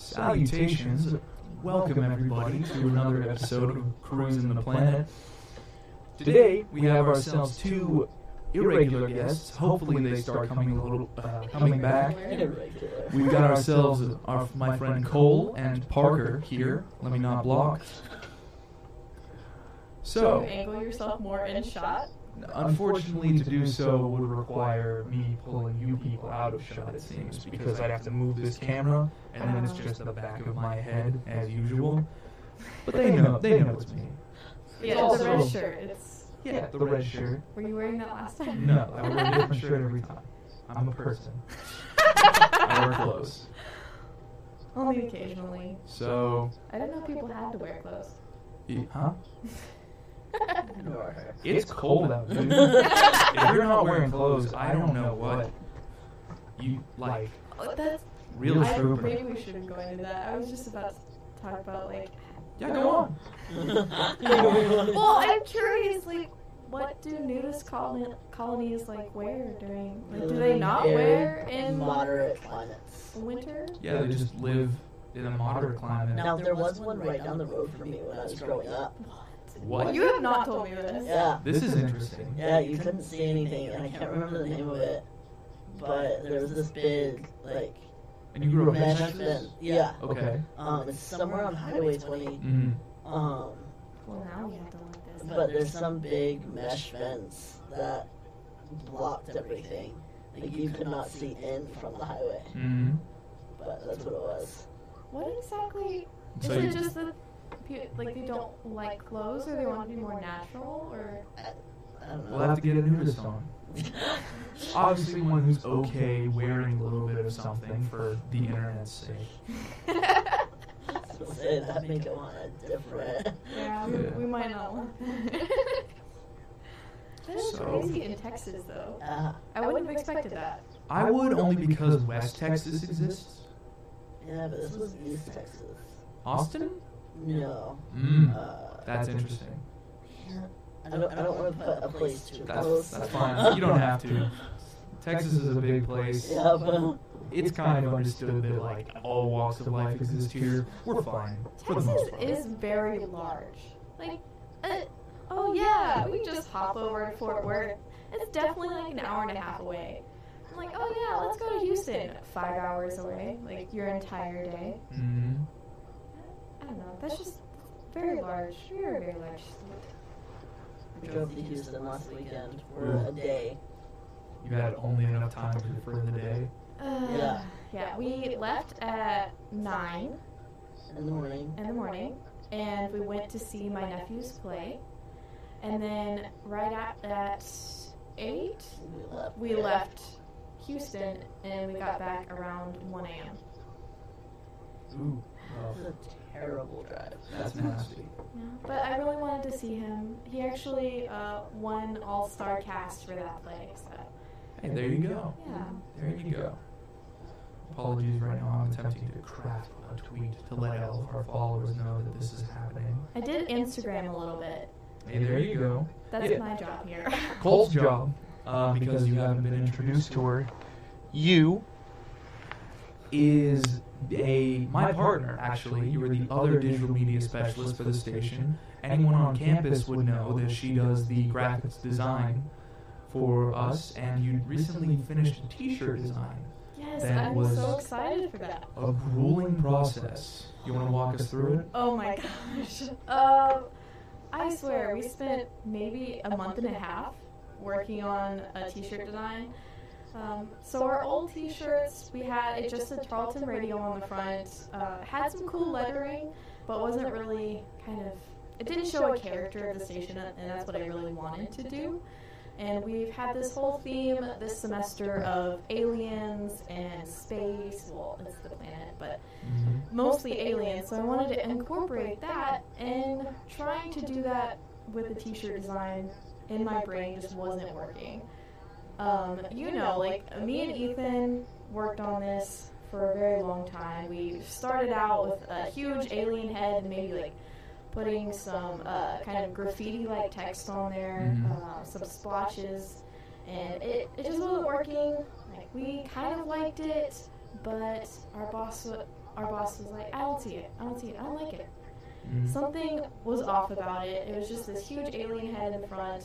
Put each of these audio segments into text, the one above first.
Salutations. Welcome, everybody, to another episode of Cruising the Planet. Today, we have ourselves two irregular guests. Hopefully, they start coming a little, uh, coming back. We've got ourselves our, my friend Cole and Parker here. Let me not block. So So, angle yourself more in shot. unfortunately, to do so would require me pulling you people out of shot, it seems, because I'd have to move this camera, and then it's just the back of my head, as usual. But they know, they know it's me. Yeah, it's also- a red shirt. It's. Yeah, the red shirt. Were you wearing that last time? No, I wear a different shirt every time. I'm a person. I wear clothes. Only occasionally. So, I didn't know people had to wear clothes. y- huh? Nor. It's cold out, dude. if you're not wearing clothes, I don't know what you like. Oh, that's. Real I, maybe trooper. we shouldn't go into that. I was just about to talk about like. Yeah, go on. Well, I'm curious, like, what do nudist colon- colonies like wear during? Like, do they not Arid, wear in moderate climates? winter? Yeah, they just live in a moderate climate. Now there was one right down the road from me when I was growing up. What? You have not told me this. Yeah, This is interesting. yeah, you couldn't see anything, and I can't remember the name of it, but there was this big like And you grew up in mesh Texas? fence. Yeah, Okay. um, it's somewhere on Highway 20. Mm. Um, Well, now we have to look this. up. but there's some big mesh fence that blocked everything. Like you could not see in from the highway, Mm. but that's what it was. What exactly? So is you- it just that pe- like they don't like clothes, or they want to be more natural, or I don't know. We'll have to get a nudist on. Obviously, one who's okay wearing a little bit of something for the internet's sake. Say that make it want a different. yeah, we, Yeah. we might not want that. That is So- crazy in Texas, though. Ah, I wouldn't have expected that. I would only because West Texas exists. yeah, but this was East Texas. Austin? No. Mm. Uh, That's interesting. I don't, I don't want to put a place too That's, close. that's fine. You don't have to. Texas is a big place. Yeah, but It's kind of understood that like all walks of life exist here. We're fine for the Texas most part. is very large. Like, uh, oh yeah, we just hop over to Fort Worth. It's definitely like an hour and a half away. I'm like, oh yeah, let's go to Houston. Five hours away, like your entire day. Mm. I don't know. That's just very large. Very, very large. state. we drove to Houston last weekend for Ooh. a day. You had only enough time to- for the day. Uh, Yeah. Yeah. We left at nine in the morning. in the morning, and we went to see my nephews play, and then right at at eight We left. we left Houston, and we got back around one a.m. Ooh, It well, was a terrible drive. that's nasty. But I really wanted to see him. He actually uh, won All Star cast for that play. So Hey, there you go. yeah. There you go. Apologies right now. I'm attempting to craft a tweet to let all of our followers know that this is happening. I did Instagram a little bit. Hey, there you go. That's Yeah. my job here. Cole's job, uh, because you haven't been introduced to her, you is a my partner. Actually, you were the other digital media specialist for the station. Anyone on campus would know that she does the graphics design for us, and you recently finished a T-shirt design. Yes, That I'm was- so excited for that. A grueling process. You want to walk us through it? Oh my gosh. Um, I swear, we spent maybe a month and a half working on a t shirt design. Um, so, our old t shirts, we had it just said Tarleton Radio on the front, uh, had some cool lettering, but wasn't really kind of, it didn't show a character of the station, and that's what I really wanted to do. And we've had this whole theme this semester of aliens and space. Well, it's the planet, but Mm-hmm. mostly aliens, so I wanted to incorporate that, and trying to do that with the t-shirt design in my brain just wasn't working. Um, you know, like me and Ethan worked on this for a very long time. We started out with a huge alien head and maybe like putting some uh, kind of graffiti-like text on there, Mhm. uh, some splotches, and it, it just wasn't working. Like we kind of liked it, but our boss wa- our boss was like, I don't see it. I don't see it. I don't like it. Mm. Something was off about it. It was just this huge alien head in the front,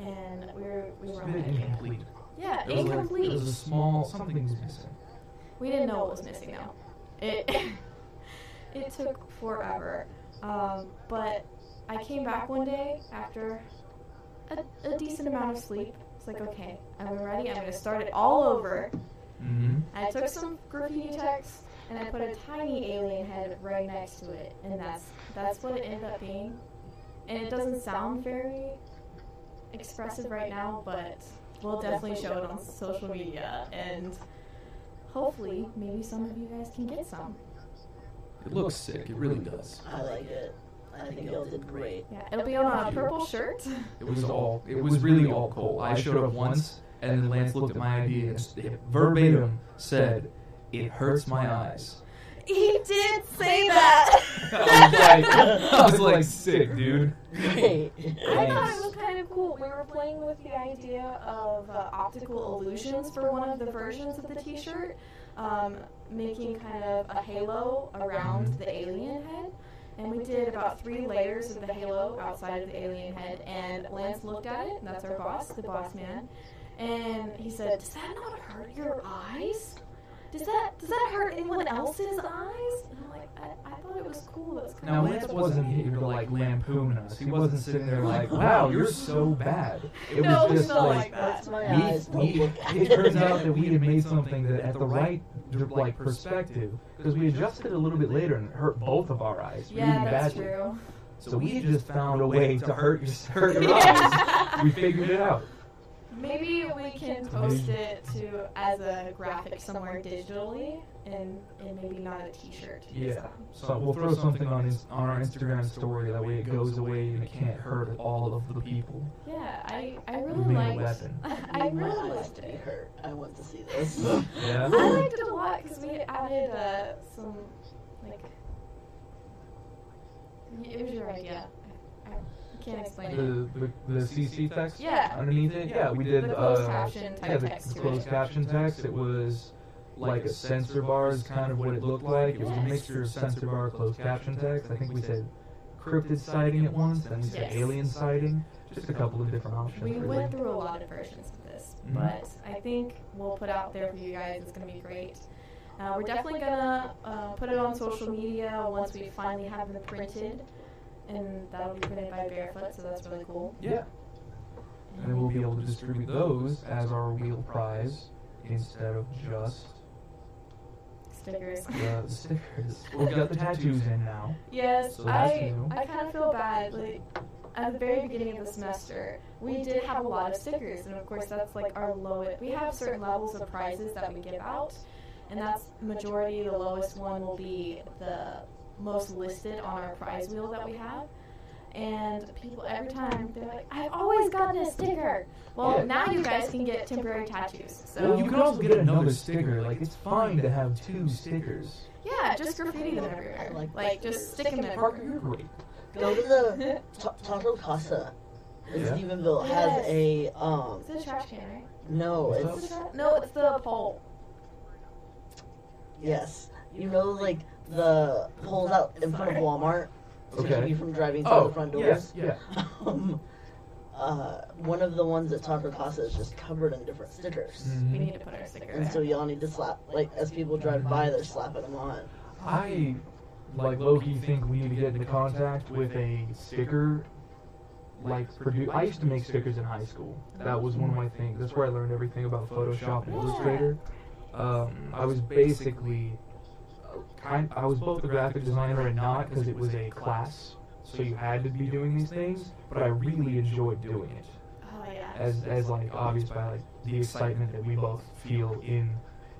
and we were we It's were a on bit it. incomplete. Yeah, It was like- incomplete. it was a small something was missing. We didn't know what was missing though. It it took forever. Um, but I came back one day after a, a decent amount of sleep. It's like, okay, I'm ready. I'm gonna start it all over. Mm-hmm. I took some graffiti text and I put a tiny alien head right next to it, and that's that's what it ended up being. And it doesn't sound very expressive right now, but we'll definitely show it on social media, and hopefully, maybe some of you guys can get some. It looks sick. It really does. I like it. I think y'all did great. Yeah, it'll be on a purple shirt. It was all. It was really all Cole. I showed up once, and then Lance looked at my idea and s- verbatim said, "It hurts my eyes." He did say that. I was like, I was like, sick, dude. Great. I thought it was kind of cool. We were playing with the idea of uh, optical illusions for one of the versions of the T-shirt, um, making kind of a halo around the alien head. And we did about three layers of the halo outside of the alien head. And Lance looked at it, and that's our boss, the boss man, and he said, "Does that not hurt your eyes?" Does that does that hurt anyone else's eyes? And I'm like, I, I thought it was cool. That's kind Now of Lance wasn't here to like lampoon us. He wasn't sitting there like, "Wow, you're so bad." It No, was it's just not like. like That's my eyes. We, we, it turns out that we had made something that at the right like perspective because we adjusted a little bit later and it hurt both of our eyes Yeah, really that's badly. true. So we just found a way to hurt your, hurt your eyes. Yeah. We figured it out. Maybe we can post it to as a graphic somewhere digitally, and and maybe not a T-shirt. Yeah. So we'll throw something on his, on our Instagram story that way it goes away and it can't hurt all of the people. Yeah, I I We made really a liked. weapon. I My really eyes liked to be it. hurt. I want to see this. Yeah. I liked it a lot because we added uh, some like. It was your idea. I, I can't explain it. The, the the CC text Yeah, underneath it. Yeah, we did. the closed Uh, caption type yeah, the, text. the to closed it. caption text. It was like a censor bar is kind of what it looked like. It was a Yes. mixture of censor bar, closed caption text. I think we said cryptid sighting at once, then we said Yes. alien sighting. Just a couple of different options. We really. went through a lot of versions of this, Mhm. but I think we'll put out there for you guys. It's going to be great. Uh, we're definitely going to uh, put it on social media once we finally have them printed, and that'll be printed by Barefoot, so that's really cool. Yeah. And then we'll be able to distribute those as our wheel prize instead of just Stickers. Uh, the stickers. We've got the tattoos in now. Yes, So that's I, new. I kind of feel bad. Like at the very beginning of the semester, we did have a lot of stickers, and of course that's like our lowest. We have certain levels of prizes that we give out, and that's majority. The lowest one will be the most listed on our prize wheel that we have. And people every time they're like, "I've always gotten a sticker." Well, Yeah. now you guys can get temporary tattoos. well, you So can also get another sticker. Like it's fine to have two stickers. yeah, just graffiti them I everywhere. like Like stickers. just stick them Parker, everywhere. you're great. Go to the Ta- Taco Casa. In Yeah. Stephenville has Yes. a um It's a trash can, right? no What's it's No, it's the pole. yes you know like the poles out in front of Walmart to keep Okay. you from driving through the front doors yes, yeah. um, uh, one of the ones at Taco Casa is just covered in different stickers We Mhm. need to put our sticker and so there. y'all need to slap like as people drive by they're slapping them on I like Loki think we need to get into contact with a sticker like produ- I used to make stickers in high school. That was one of my things. That's where I learned everything about Photoshop and Yeah. Illustrator. Um, I was basically uh, kind. I was both a graphic designer and not because it was a class, so you had to be doing these things. But I really enjoyed doing it, Oh yeah. as as like obvious by like the excitement that we both feel in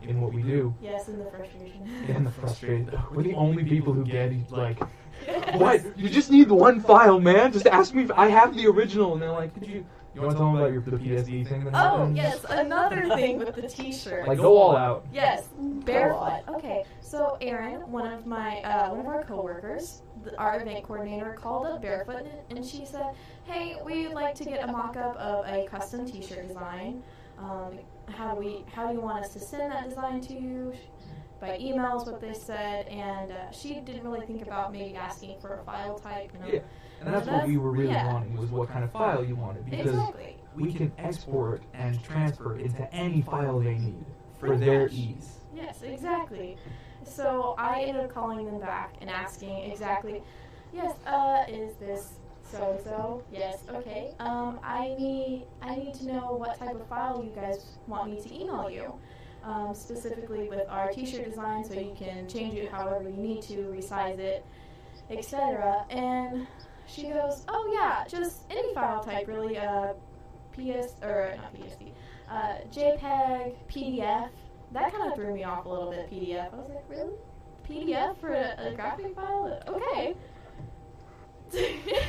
in what we do. Yes, in the frustration. And the frustrated. We're the only people who get like Yes. what? You just need one file, man. Just ask me if I have the original. And they're like, could you? You want to tell them about your the PSD thing that Oh happened? yes, another thing with the T-shirt. Like go all out. Yes, barefoot. Okay, so Erin, one of my uh, one of our coworkers, th- our event coordinator, called up barefoot and she said, "Hey, we'd like to get a mock-up of a custom T-shirt design. Um, how do we? How do you want us to send that design to you?" by email is what they said, and uh, she didn't really think about maybe asking for a file type. You know? Yeah, And that's what we were really Yeah. wanting was what kind of file you wanted because Exactly. we can export and transfer into any file they need for their ease. Yes, exactly. So I ended up calling them back and asking exactly, yes, uh, is this so and so? Yes, okay. Um, I need I need to know what type of file you guys want me to email you. Um, specifically with our t-shirt design, so you can change it however you need to, resize it, etc. And she goes, oh yeah, just any file type really. Uh, PS or not PSD, uh, JPEG, PDF, that kind of threw me off a little bit. PDF. I was like, really? PDF for a, a graphic file? Okay.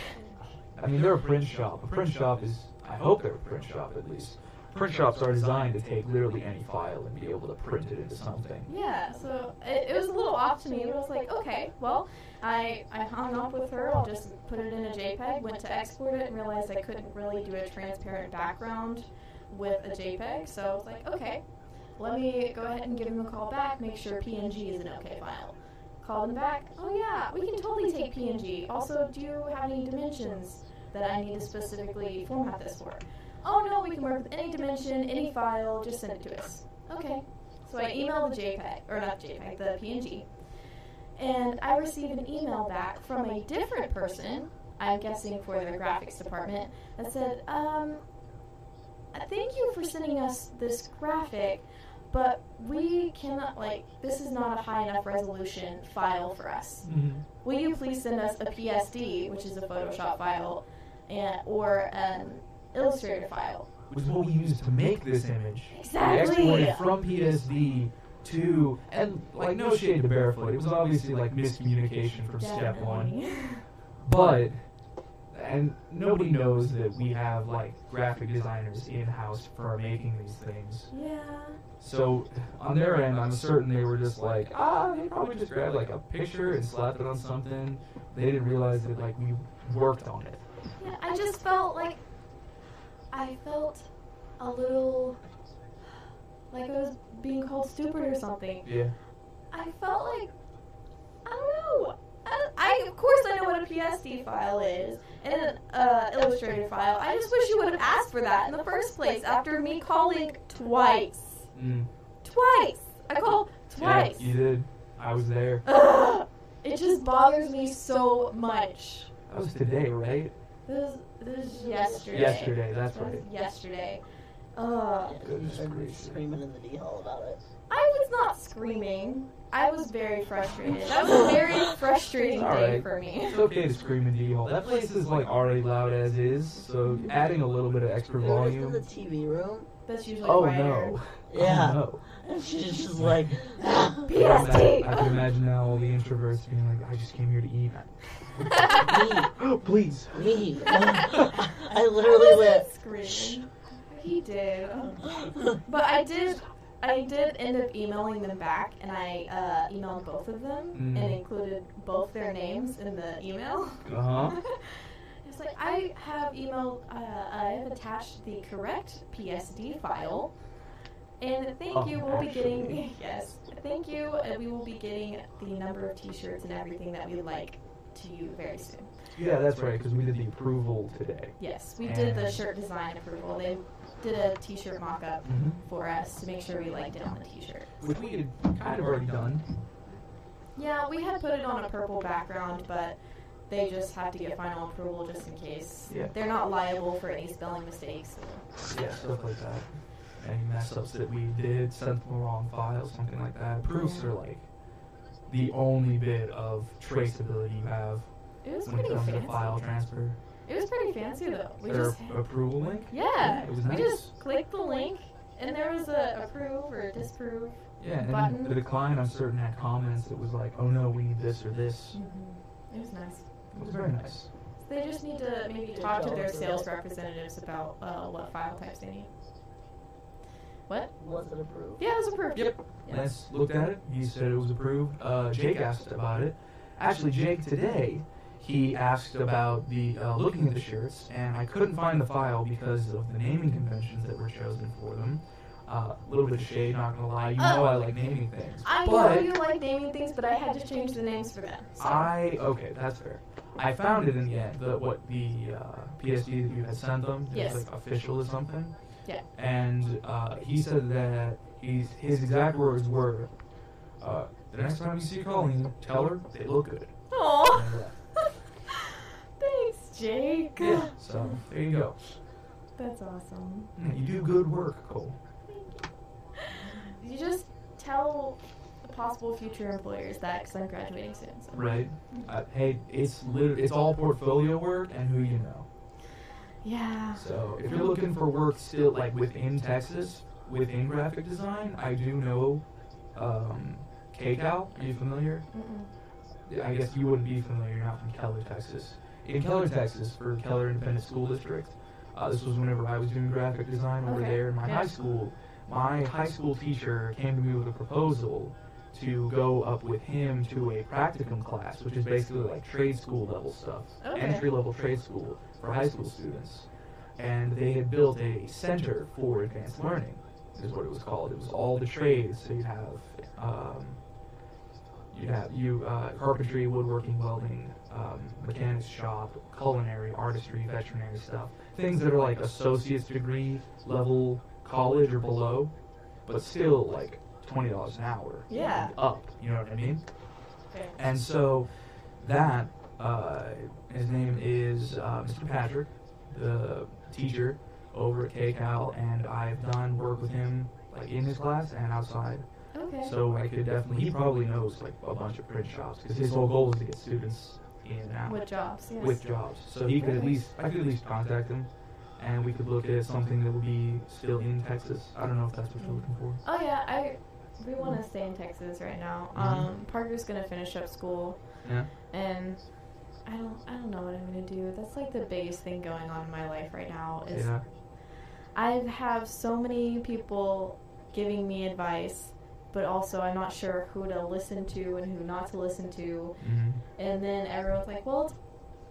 I mean, they're a print shop. A print shop is, I hope they're a print shop at least. Print shops are designed to take literally any file and be able to print it into something. yeah. So it, it was a little off to me, but I was like, okay. Well, I I hung up with her. I'll just put it in a JPEG. Went to export it and realized I couldn't really do a transparent background with a JPEG. So I was like, okay. Let me go ahead and give him a call back. Make sure PNG is an okay file. Call them back. Oh yeah, we can totally take PNG. Also, do you have any dimensions that I need to specifically format this for? Oh no, we can work with any dimension, any file. Just send it to us. Okay. So I emailed the JPEG, or not JPEG, the PNG. And I received an email back from a different person, I'm guessing for their graphics department, that said, um, thank you for sending us this graphic, but we cannot, like, this is not a high enough resolution file for us Mm-hmm. will you please send us a PSD, which is a Photoshop file, and, or an Illustrator file? Which is what we used to make this image. We Exactly. exported from PSD to, and like no shade to Barefoot, it was obviously like miscommunication from step one. But, and nobody knows that we have like graphic designers in house for making these things. Yeah. So on their end, I'm certain they were just like, ah, they probably just grabbed like a picture and slapped it on something. They didn't realize that like we worked on it. Yeah, I just felt like I felt a little like I was being called stupid or something. Yeah. I felt like I don't know. I, I of course I know what a PSD file is and an uh, Illustrator file. I just wish you would have asked for that in the first place after me calling twice. Mm. Twice. I called Yeah, twice. you did. I was there. Ugh, it just bothers me so much. That was today, right? This is, this is yesterday. Yesterday, that's That was right. yesterday. Ugh. Yeah, Goodness and gracious. screaming in the D hall about it. I was not screaming. I was very frustrated. That was a very frustrating All day right. for me. It's okay to scream in D hole. That place is like already loud as is, so adding a little bit of extra We were just volume. in the TV room. That's usually Oh quieter. no! Yeah. Oh, And she's just like, no. I can PST. imagine- I can imagine now all the introverts being like, "I just came here to eat." Oh, please. me, me. I I literally went, wasn't screaming. He did. But I did. I did end up emailing them back, and I uh, emailed both of them Mm. and included both their names in the email. Uh huh. It's like I have emailed, uh, I have attached the correct PSD file, and thank Oh, you. We'll be getting actually. yes, thank you. And we will be getting the number of T-shirts and everything that we like to you very soon. Yeah, that's right, because we did the approval today. Yes, we did the And- shirt design approval. They did a T-shirt mock-up Mm-hmm. for us to make sure we liked it on the T-shirt. Which we had kind of already done. Yeah, we had put it on a purple background, but they just had to get final approval just in case. Yeah. They're not liable for any spelling mistakes. Yeah, stuff like that. Any mess ups that we did, sent the wrong file, something like that. Proofs are like the only bit of traceability you have It was when it pretty comes to fancy. file transfer It was pretty fancy though. We or just approval link. yeah, it was we nice. just clicked the link and there was a approve or disapprove. yeah, and button. the decline, I'm certain, had comments that was like, oh no, we need this or this. Mm-hmm. It was nice. It was very nice. They just need to maybe talk to their sales representatives about uh, what file types they need. was it approved? Yeah, it was approved. Yep. Yes. Lance looked at it. He said it was approved. Uh, Jake asked about it. Actually, Jake today, he asked about the uh, looking at the shirts, and I couldn't find the file because of the naming conventions that were chosen for them. Uh, A little bit of shade, not gonna lie. You know I like naming things. I know but you like naming things, but I had to change the names for them. So. I okay, that's fair. I found it in the end. The what the uh, PSD that you had sent them. It was Yes. like official or something. Yeah. And uh, he said that he's, his exact words were, uh, "The next time you see Colleen, tell her they look good." Aw. And, uh, Thanks, Jake. yeah. So there you go. That's awesome. Mm, You do good work, Cole. You just tell the possible future employers that because I'm graduating soon. So. Right. Uh, hey, it's lit- it's all portfolio work and who you know. Yeah. So if you're looking for work still like within Texas, within graphic design, I do know um, KCal. Are you familiar? Mm-mm. I guess you wouldn't be familiar. You're not from Keller, Texas. In Keller, Texas, for Keller Independent School District, uh, this was whenever I was doing graphic design over Okay. there in my Yeah. high school. My high school teacher came to me with a proposal to go up with him to a practicum class, which is basically like trade school level stuff, Okay. entry level trade school for high school students. And they had built a center for advanced learning, is what it was called. It was all the trades. So you'd have um, you have you uh, carpentry, woodworking, welding, um, mechanics shop, culinary, artistry, veterinary stuff. Things that are like associate's degree level, college or below, but still like twenty dollars an hour. Yeah. and Up. You know what I mean? Okay. And so that uh, his name is uh, Mr. Patrick, the teacher over at KCal, and I've done work with him like in his class and outside. Okay. So I could definitely. He probably knows like a bunch of print shops because his whole goal is to get students in and out With jobs. Yes. with jobs. So he could at least. I could at least contact him, and we could look at something that would be still in Texas. I don't know if that's what you're looking for. Oh yeah, I we want to stay in Texas right now. Um, Parker's gonna finish up school. Mm-hmm. Yeah. And I don't I don't know what I'm gonna do. That's like the biggest thing going on in my life right now is Yeah. I have so many people giving me advice, but also I'm not sure who to listen to and who not to listen to. hmm And then everyone's like, well. it's-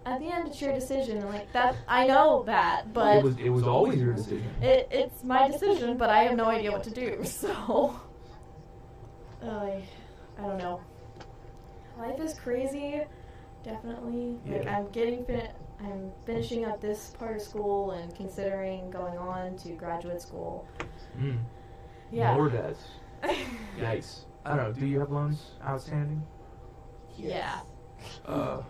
At the end, it's your decision. And like that, I know that, but it was. It was always your decision. it, it's my decision, but I have no idea what to do, so. I, I don't know. Life is crazy, definitely. Like, Yeah. I'm getting fin- I'm finishing up this part of school and considering going on to graduate school. Mm. Yeah. More debts. Yikes. I don't know. Do you have loans outstanding? Yeah. Uh,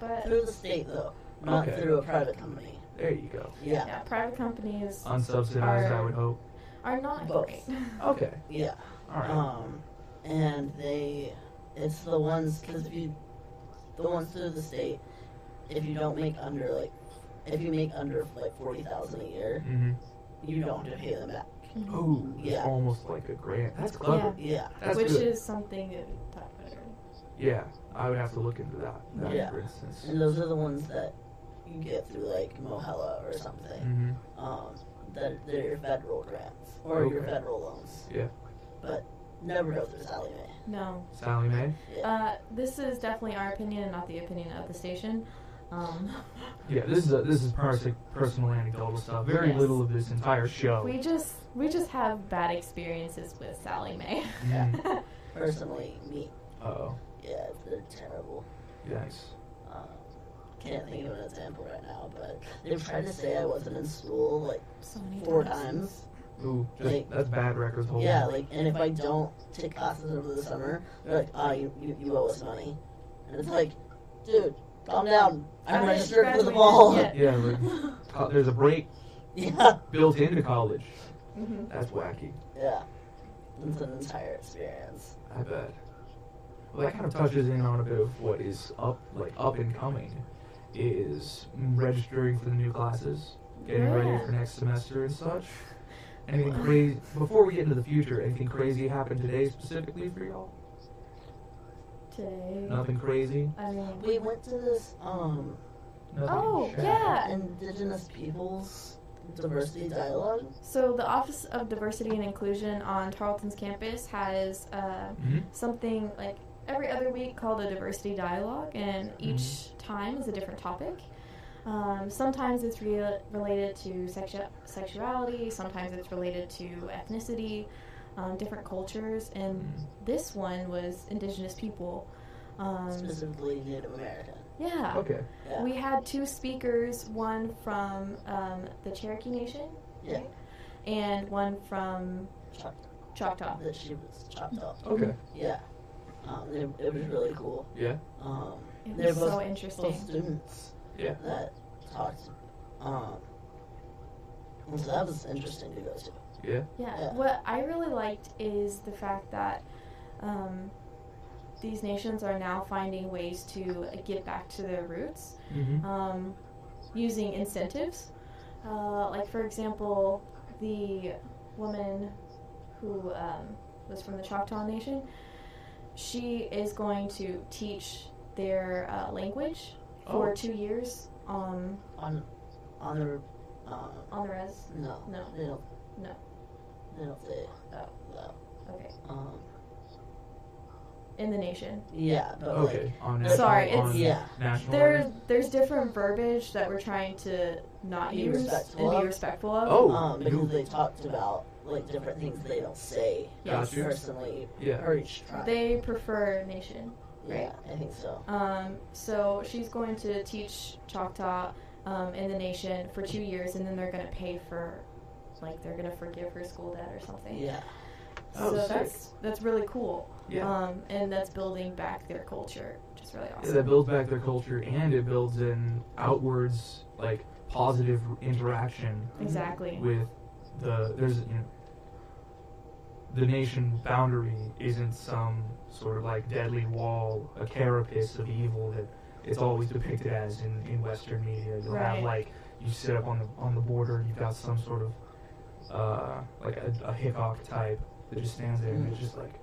but, Through the state, though. Not Okay. through a private company. there you go. Yeah. yeah, private companies Uh, Unsubsidized, I would hope. are not Both. great. Okay. Yeah. All right. Um, and they, it's the ones because if you, the ones through the state, if you don't make under like, if you make under like forty thousand a year, hmm you don't have to pay them back. Oh, Yeah. it's almost like a grant. That's clever. Yeah. That's Which good. is something that we talked about earlier. Yeah, I would have to look into that. that Yeah. For instance. And those are the ones that you get through like Mohella or something. Mm-hmm. Um, that they're your federal grants or your Okay. federal loans. Yeah. But never go through Sally Mae. No. Sally Mae. Uh, this is definitely our opinion and not the opinion of the station. Um, Yeah, this is a, this is pers- personal anecdotal stuff. Very Yes. little of this entire show. we just we just have bad experiences with Sally Mae. Mm. Personally, me, Uh-oh. yeah, they're terrible. Yikes. Um, can't think of an example right now, but they tried to say I wasn't in school like so many four times. Ooh, just, Like- that's bad records holding. Yeah, like, and if I don't take classes over the summer, they're like, oh, you, you, you owe us money. And it's like, dude, calm down. I'm I just registered for the graduated. ball. Yeah. Yeah, like, co- there's a break yeah. built into college. hmm That's wacky. Yeah. It's an entire experience. I bet. Well, that kind of touches in on a bit of what is up, like up and coming, is registering for the new classes, getting ready Yeah. for next semester and such. Anything crazy? Before we get into the future, anything crazy happened today specifically for y'all? Today. Nothing crazy. Mm-hmm. I mean, We went to this um Nothing Oh, shabby. yeah. Indigenous Peoples Diversity Dialogue. so the Office of Diversity and Inclusion on Tarleton's campus has uh, Mhm. something like Mm-hmm. every other week called a diversity dialogue, and each time is a different topic. Um, sometimes it's re- related to sexu- sexuality, sometimes it's related to ethnicity, um, different cultures, and Mm-hmm. Mm-hmm. this one was indigenous people. Um, specifically Native American. yeah. Okay. Yeah. We had two speakers, one from um, the Cherokee Nation yeah, and one from chopped, Choctaw. that she was chopped off. Okay. Yeah, um, it, it was really cool. Yeah. Um, It They're was so both- both interesting. students Yeah. that talked. Um, and so that was interesting to go to. Yeah. Yeah. Yeah. What I really liked is the fact that um, these nations are now finding ways to uh, get back to their roots. Mm-hmm. um, using incentives. Uh, like, for example, the woman who um, was from the Choctaw Nation, she is going to teach their uh, language for Oh. two years um, On, on their, um, on the res. no, No. they don't, No. they don't say Oh. that. Okay. Um, In the nation. yeah, but Okay. On national- Sorry, like, it's- on yeah, National. There, there's different verbiage that we're trying to not Be use respectful and of. be respectful of. Oh, um, because you- they talked about like different things they don't say Yes. Got you. personally yeah. or each tribe. They prefer nation. yeah, I think so. Um, so she's going to teach Choctaw um, in the nation for two years, and then they're going to pay for, like, they're going to forgive her school debt or something. Yeah, Oh, so sick. that's that's really cool. Yeah. Um, and that's building back their culture, which is really Yeah, awesome. that builds back their culture and it builds in outwards like positive interaction Exactly. with the there's you know, the nation boundary isn't some sort of like deadly wall a carapace of evil that it's always depicted as in, in western media you'll Right. have like you sit up on the on the border you've got some sort of uh, like a, a Hickok type that just stands there and it's just like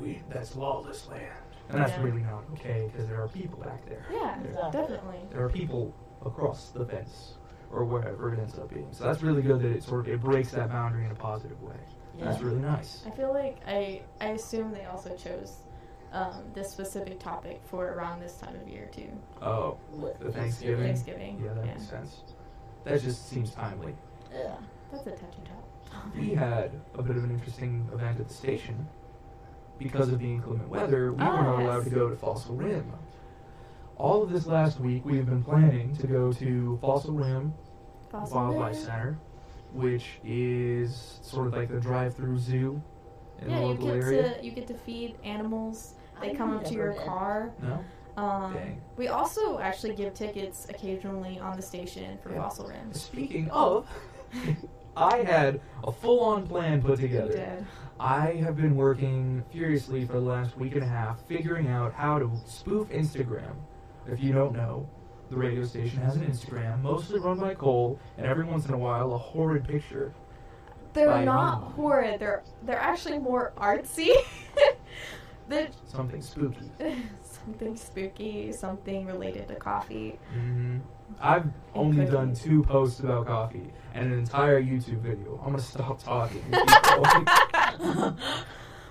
we that's lawless land and that's Yeah. really not okay because there are people back there Yeah, Yeah. definitely. there are people across the fence or wherever it ends up being. So that's really good that it sort of it breaks that boundary in a positive way. yeah. That's really nice. I feel like I I assume they also chose um, this specific topic for around this time of year too, Oh, With the Thanksgiving. Thanksgiving. Yeah, that makes sense. That just seems timely. Yeah. that's a touchy topic. We had a bit of an interesting event at the station. Because of the inclement weather, we were Ah, not yes. allowed to go to Fossil Rim. All of this last week, we have been planning to go to Fossil Rim Fossil Wildlife Bear. Center, which is sort of like the drive-through zoo in yeah, the you local get area. to you get to feed animals. They I've come up to never your been. car. No, Um, Dang. we also actually give tickets occasionally on the station for Yeah. fossil rims. Speaking of, I had a full-on plan put together. I have been working furiously for the last week and a half figuring out how to spoof Instagram. If you don't know, the radio station has an Instagram, mostly run by Cole, and every once in a while, a horrid picture. They're By not me. horrid. They're they're actually more artsy. they're Something spooky. something spooky, something related to coffee. hmm I've only done two posts about coffee and an entire YouTube video. I'm gonna stop talking.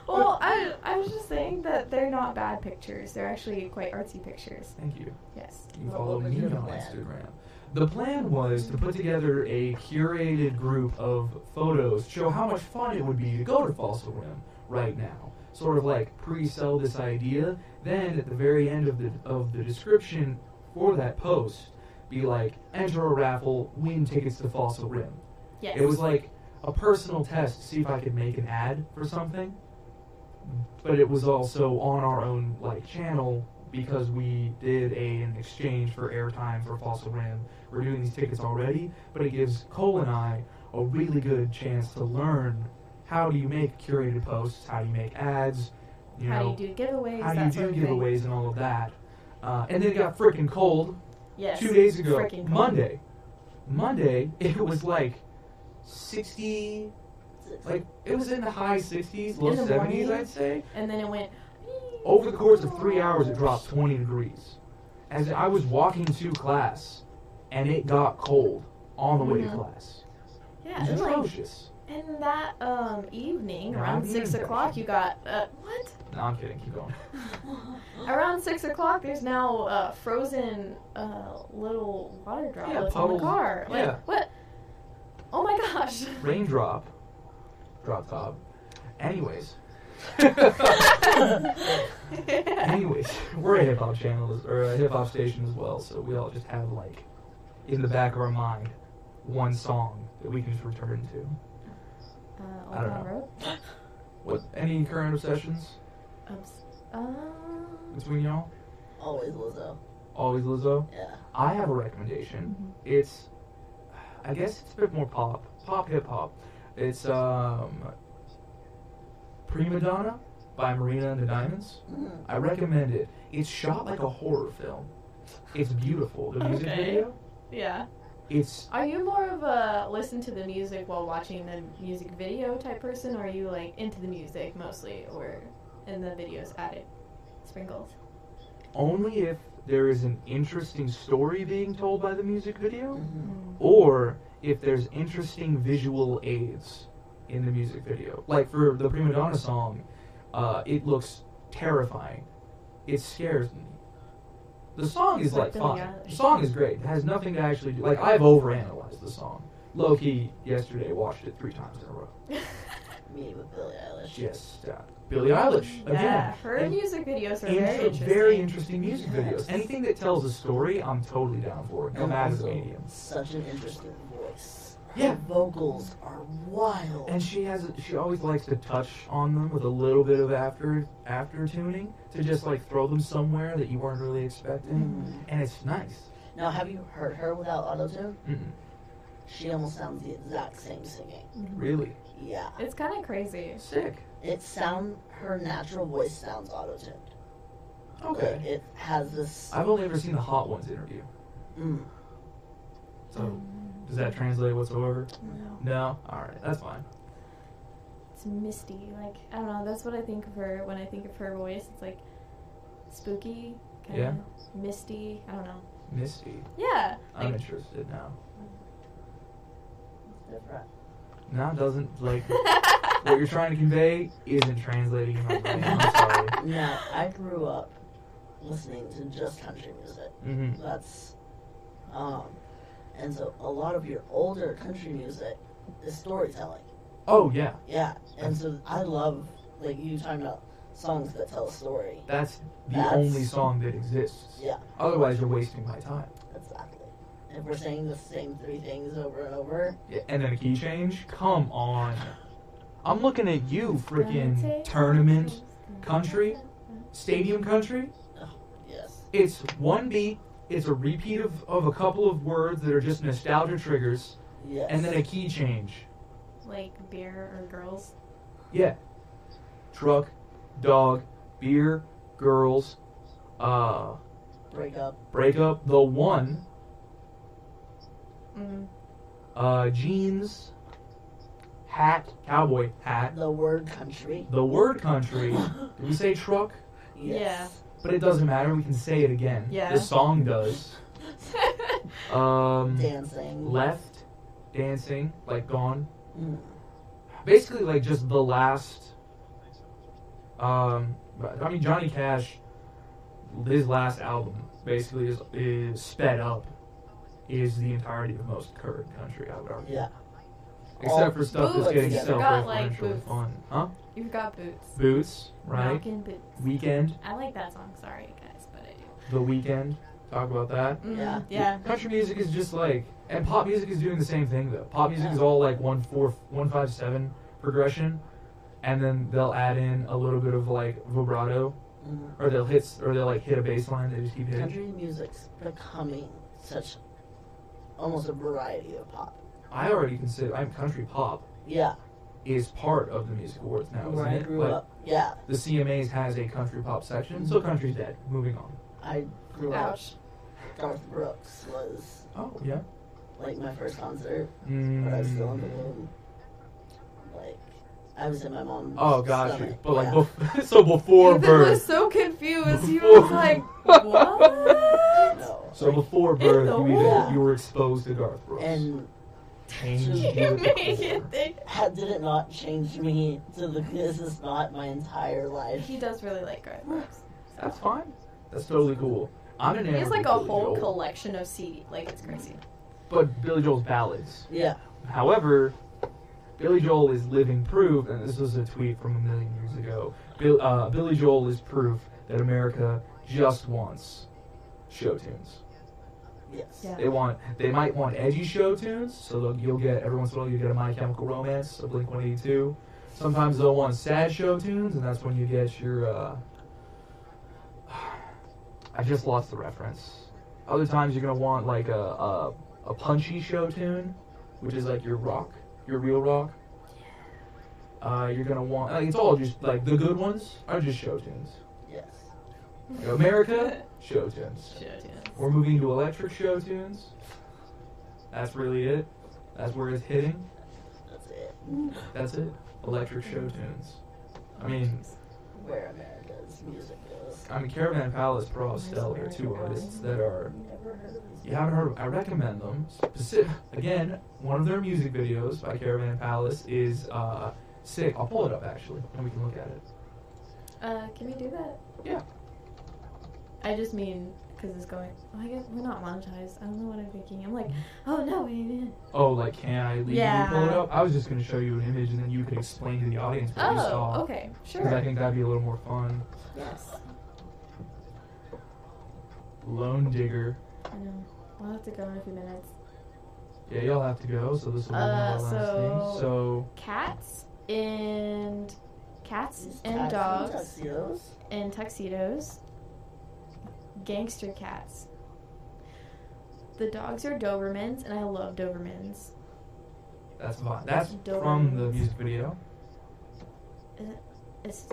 Well, I I was just saying that they're not bad pictures. They're actually quite artsy pictures. Thank you. Yes. You can What follow was me your on plan? Instagram. The plan was to put together a curated group of photos, to show how much fun it would be to go to Fossil Rim right now. Sort of like pre-sell this idea. Then at the very end of the of the description for that post, be like, enter a raffle, win tickets to Fossil Rim. Yes. It was like a personal test to see if I could make an ad for something. But it was also on our own like channel because we did a, an exchange for airtime for Fossil Rim. We're doing these tickets already, but it gives Cole and I a really good chance to learn how do you make curated posts, how do you make ads, you how know, do you do giveaways? how do that you sort do of thing. giveaways and all of that. Uh, and then it got freaking cold Yes. two days ago, Freaking cold. Monday. Monday, it was like sixty. Like it was in the high sixties, low In the seventies, morning? I'd say. And then it went. Over the course of three hours, it dropped twenty degrees. As I was walking to class, and it got cold on the way to Mhm. class. It Yeah, was and like atrocious. in that um evening Yeah, around I'm six eating o'clock, fish. you got uh, what? No, I'm kidding. Keep going. Around six o'clock, there's now uh, frozen uh, little water droplets on the puddles. car. Like Yeah. what? Oh my gosh! Raindrop. Drop top. Anyways. Uh, Anyways, we're a hip hop channel as- or a hip hop station as well, so we all just have like in the back of our mind one song that we can just return to. uh, Old I don't Town know. Road. What any current obsessions Oops. Uh, between y'all? Always Lizzo. Always Lizzo. Yeah. I have a recommendation. It's I guess it's a bit more pop, pop hip hop. It's um Prima Donna by Marina and the Diamonds. Mhm. I recommend it. It's shot like a horror film. It's beautiful. The music Okay. video. yeah. It's Are you more of a listen to the music while watching the music video type person, or are you like into the music mostly, or in the videos added sprinkles? only if there is an interesting story being told by the music video, Mhm. or if there's interesting visual aids in the music video. Like for the Prima Donna song, uh, it looks terrifying. It scares me. The song is like Like Billie fine. Eilish. The song is great. It has nothing to actually do. Like I've overanalyzed the song. Low key yesterday watched it three times in a row. Hmm. Me with Billie Eilish. Yes, uh, Billie Eilish again. Yeah, her And music videos are intro- very interesting. very interesting music Yes. videos. Anything that tells a story, I'm totally down for. it, No And matter the also- medium. Such an interesting voice. Yeah. Her vocals are wild. And she has, she always likes to touch on them with a little bit of after after tuning to just like throw them somewhere that you weren't really expecting, Mhm. and it's nice. Now, have you heard her without autotune? Mm-mm. She almost sounds the exact same singing. Really Yeah. Mm-hmm. It's kind of crazy. sick. It sound her natural voice sounds autotuned. Like, Okay. it has this. I've only ever seen the Hot Ones interview, Mm. so does that translate whatsoever? No. No. All right, that's fine. It's misty. Like I don't know. That's what I think of her when I think of her voice. It's like spooky, kind of Yeah. misty. I don't know. Misty, Yeah. I'm Like, interested now. It's different. Now it doesn't like what you're trying to convey isn't translating in my brain. I'm sorry. Now, I grew up listening to just country music. hmm That's. Um. And so a lot of your older country music is storytelling. Oh yeah, Yeah. And so I love, like, you talking about songs that tell a story. that's the That's- only song that exists. Yeah. Otherwise, you're wasting my time. Exactly. If we're saying the same three things over and over, Yeah, And then a key change? Come on. I'm looking at you, freaking Rotate. tournament, country, stadium country. yes. It's one beat. It's a repeat of, of a couple of words that are just nostalgia triggers, Yes. and then a key change. like beer or girls. Yeah. Truck, dog, beer, girls, uh, break up. break up the one. Mm. uh, jeans, hat, cowboy hat, The word country. the word country. Did we say truck? Yes. But it doesn't matter. We can say it again. Yeah. The song does. Um, Dancing. left, dancing, like gone. Mm. Basically, like just the last. Um, I mean Johnny Cash, his last album basically is is sped up. Is the entirety of most current country, I would argue. Yeah. Except for stuff that's Boots. getting Yeah. Forgot, like, self-referentially boots. fun. Huh? You've got boots. Boots, right? Rockin' boots. Weekend, I like that song. Sorry guys, but I do. the weekend. Talk about that. Mm, Yeah. Yeah. Country music is just like, and pop music is doing the same thing though. Pop music Yeah. is all like one four, one five seven progression, and then they'll add in a little bit of like vibrato, Mm. or they'll hit, or they'll like hit a bass line. They just keep hitting. Country music's becoming such almost a variety of pop. I already consider I'm country pop Yeah. is part of the music awards now, isn't Where I it? grew Like, up. Yeah. The CMAs has a country pop section, so country's dead. Moving on. I grew up. Ouch. Garth Brooks was Oh yeah. like my first concert, Mm. but I was still in the womb. Like, I was in my mom's. Oh, got you. stomach. But like, Yeah. bef- so before Ethan was birth. so confused. He was like, "What?" No. So before In birth, the you, either, womb. you were exposed to Garth Brooks. And changed You you make before. it think. How did it not change me to the this is not my entire life? He does really like Garth Brooks. That's fine. That's totally cool. I'm enamored He has like with a Billy whole Joel, collection of CD. Like it's crazy. but Billy Joel's ballads. Yeah. However, Billy Joel is living proof, and this was a tweet from a million years ago. Bill, uh, Billy Joel is proof that America just wants show tunes. Yes. Yeah. They want, they might want edgy show tunes, so they'll, you'll get every once in a while you get a My Chemical Romance, a Blink 182. Sometimes they'll want sad show tunes, and that's when you get your. Uh, I just lost the reference. Other times you're gonna want like a a, a punchy show tune, which is like your rock, your real rock. Uh, you're gonna want like, it's all just like the good ones are just show tunes. Yes. You know, America show tunes. Show tunes. We're moving to electric show tunes. That's really it. That's where it's hitting. That's it. That's it. Electric show tunes. I mean, Where America's music goes. I mean, Caravan Palace, Pro, Stellar, two artists that are. Never heard of these You haven't heard of I recommend them. Specific, again, one of their music videos by Caravan Palace is uh, sick. I'll pull it up actually, and we can look at it. Uh, can we do that? Yeah. I just mean because it's going. Oh, I guess we're not monetized. I don't know what I'm thinking. I'm like, oh no, we didn't. Oh, like, can I legally Yeah. pull it up? I was just going to show you an image, and then you could explain to the audience what you saw. Oh, okay, Because I sure. think that'd be a little more fun. Yes, Lone Digger. I know. We'll have to go in a few minutes. Yeah, y'all have to go, so this will be one of Uh, our last things. so- So, Cats and cats cats and dogs tuxedos. and tuxedos. Gangster cats. The dogs are Dobermans, and I love Dobermans. that's, vi- that's Dope. from the music video. Is,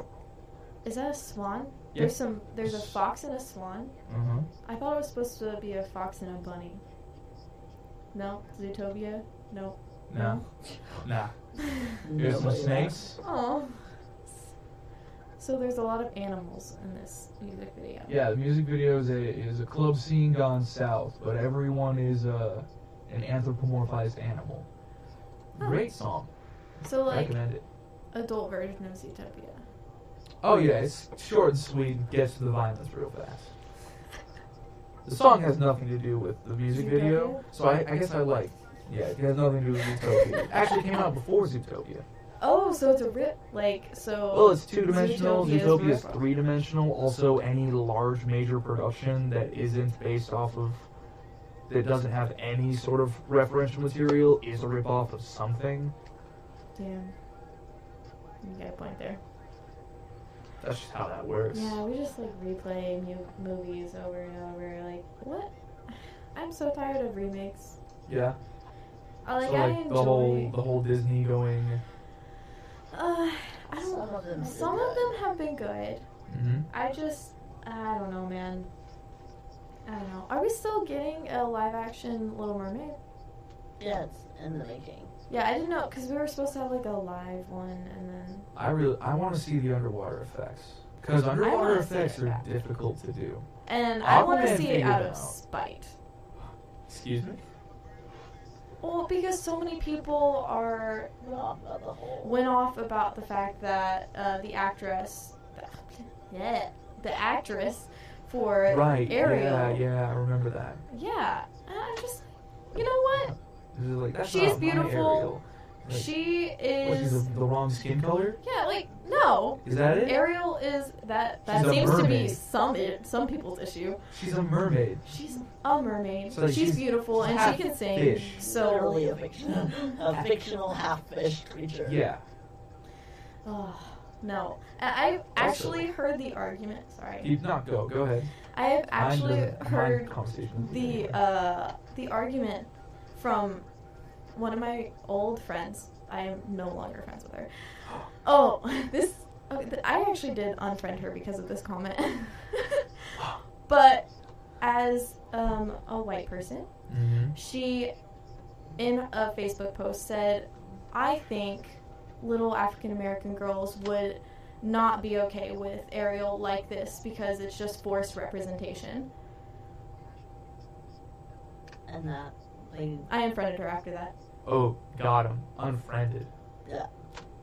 is that a swan? Yeah. There's some. There's a fox and a swan. Uh huh. I thought it was supposed to be a fox and a bunny. No, Zootopia. No. No. Nah. Here's some Nobody snakes. Oh. So there's a lot of animals in this music video. Yeah, the music video is a is a club scene gone south, but everyone is uh, an anthropomorphized animal. Great song, So Oh, like recommend it. adult version of Zootopia. Oh yeah, it's short and sweet, and gets to the violence real fast. The song has nothing to do with the music video, so I, I guess I like. Yeah, it has nothing to do with Zootopia. It actually came out before Zootopia. Oh, so it's a rip. Like so. Well, Oh, it's two dimensional. Zootopia is Zootopia is more- three dimensional. Also, any large major production that isn't based off of, that doesn't have any sort of referential material, is a ripoff of something. Damn. You got a point there. That's just how that works. Yeah, we just like replay mu- movies over and over. Like, what? I'm so tired of remakes. Yeah. Uh, Like, so I like enjoy. the whole the whole Disney going. uh, I else. don't. Some of them. Some of them have been good. Mm-hmm. I just, I don't know, man. I don't know. Are we still getting a live action Little Mermaid? Yeah, it's in the making. Yeah, I didn't know because we were supposed to have like a live one, and then I really I want to see the underwater effects because underwater wanna see effects it are back. difficult to do. and I I want wanna to see it figure out it of out. spite. Excuse me. Well, because so many people are Not about the whole. went off about the fact that uh, the actress, yeah, the actress for Right. Ariel, Yeah. Yeah. I remember that. yeah, and I'm just, you know what? It was like, that's She's not my beautiful. Ariel. Like, She What, she's is, the, the wrong skin color? yeah, like no, Is that it? Ariel is that that She's a seems to be mermaid. some some people's issue. She's a mermaid. She's a mermaid, So but she's, she's- beautiful she's and half she can sing. fish. So, Literally a fictional, a fictional half-fish creature. Yeah. oh, no, I- I've actually heard the argument. Sorry, Keep not go. Go ahead. I Mine have actually doesn't- mine heard conversation. the uh, the argument from one of my old friends. I am no longer friends with her. Oh, this okay, th- I actually did unfriend her because of this comment. but as um, a white person, Mhm. she in a Facebook post said, "I think little African American girls would." Not be okay with Ariel like this because it's just forced representation. And that, like, I unfriended her after that. oh, got him, unfriended.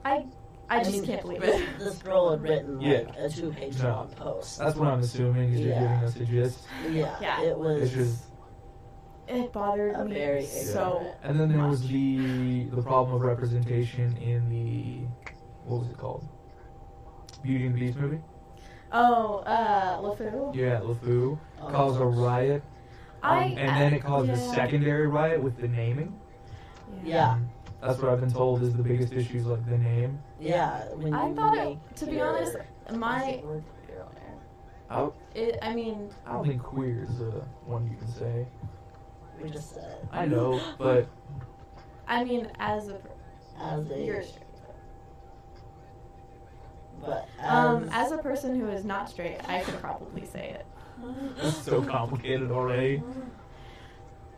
I I just mean, can't believe it. This girl had written like Yeah. a two page No. long post. That's what I'm assuming is Yeah. you're giving us a gist. Yeah, Yeah. it was. It's just, It bothered A me very so. ignorant- and then there was the the problem of representation in the what was it called? Beauty and the Beast movie. Oh, uh, LeFou. Yeah, LeFou um, caused a riot, Oh, Um, I and then it caused a yeah. secondary riot with the naming. Yeah. Um, that's what I've been told is the biggest issue is like the name. Yeah, when I you thought make it. To be your- honest, my. what's I, It. I mean. I don't think queer is uh, one you can say. the word? We just said it. I know, but I mean, as a. per- as a You're straight. but as, Um, as a person who is not straight, I could probably say it. it's so complicated already.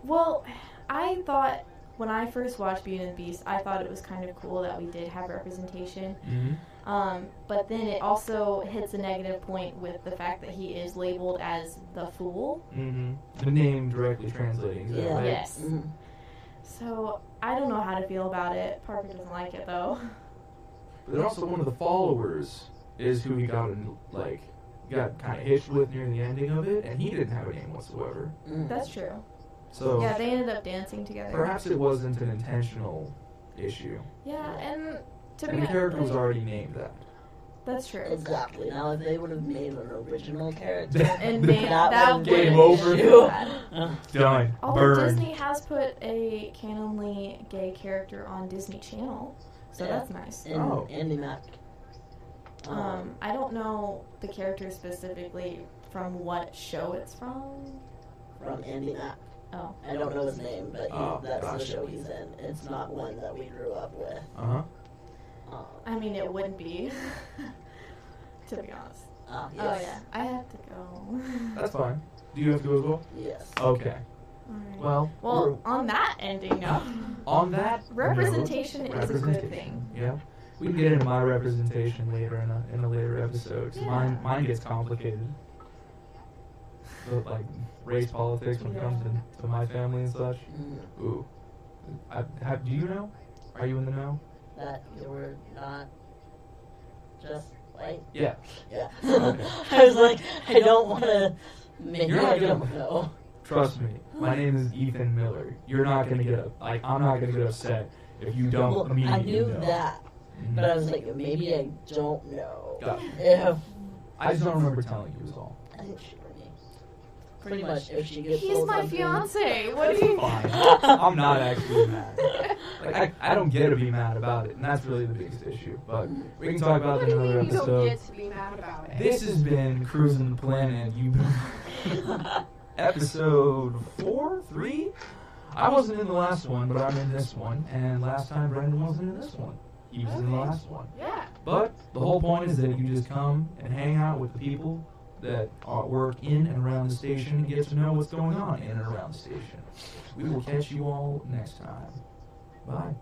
Well, I thought when I first watched Beauty and the Beast, I thought it was kind of cool that we did have representation. Mm-hmm. Um, but then it also hits a negative point with the fact that he is labeled as the fool. Mm-hmm. The name directly translating. Is that Yeah. right? Yes. Mhm. So I don't know how to feel about it. Parker doesn't like it though. But then also one of the followers is who he got in, like got kind of hitched with near the ending of it, and he didn't have a name whatsoever. Mm. That's true. So Yeah, they ended up dancing together. perhaps it wasn't an intentional issue, Yeah, and to be and the character was honest, already named that. that's true. exactly. Now, if they would have made an original character, And The- man, that would've would Game been over. an Too issue. bad. Done. Although Disney has put a canonly gay character on Disney Channel, so Yeah. that's nice. and Oh. Andy Mack. Um, Um, I don't know the character specifically from what show it's from. from Andy Mack. Oh. I don't know his name, but he, Oh, that's the gotcha. show he's in. It's not one that we grew up with. Uh huh. Um, I mean, it wouldn't be. to be honest. ah, Oh yes. yeah, I have to go. That's fine. Do you have to go as well? Yes. Okay. Alright. Well. Well, we're- on that ending note, on that representation note, is a good representation. thing. Yeah. We can get into my representation later in a, in a later episode. 'cause Mine Yeah. mine gets complicated. But like race politics when it comes to, to my family and such. Mm, Ooh. I, have, do you know? Are you in the know? that you were not just white. Yeah. Yeah. Okay. I was like, I don't want to make. You're not I gonna- don't know. Trust me. My name is Ethan Miller. You're not gonna get up. Like I'm not gonna get upset if you don't Well, I immediately knew know. that, Mhm. but I was like, maybe I don't know. Yeah. If I just don't remember telling you is all. I think she would be- pretty much if she gets. He's told my something- fiance. What do you? Fine. I'm not actually mad. Like I, I don't get to be mad about it, and that's really the biggest issue. But we can talk about What it do in you another mean you episode. don't get to be mad about it? This has been Cruising the Planet. You episode four, three. I wasn't in the last one, but I'm in this one. And last time Brendan wasn't in this one. He was in the Okay. last one. Yeah. But the whole point is that you just come and hang out with the people that uh, work in and around the station and get to know what's going on in and around the station. We will catch you all next time. Bye.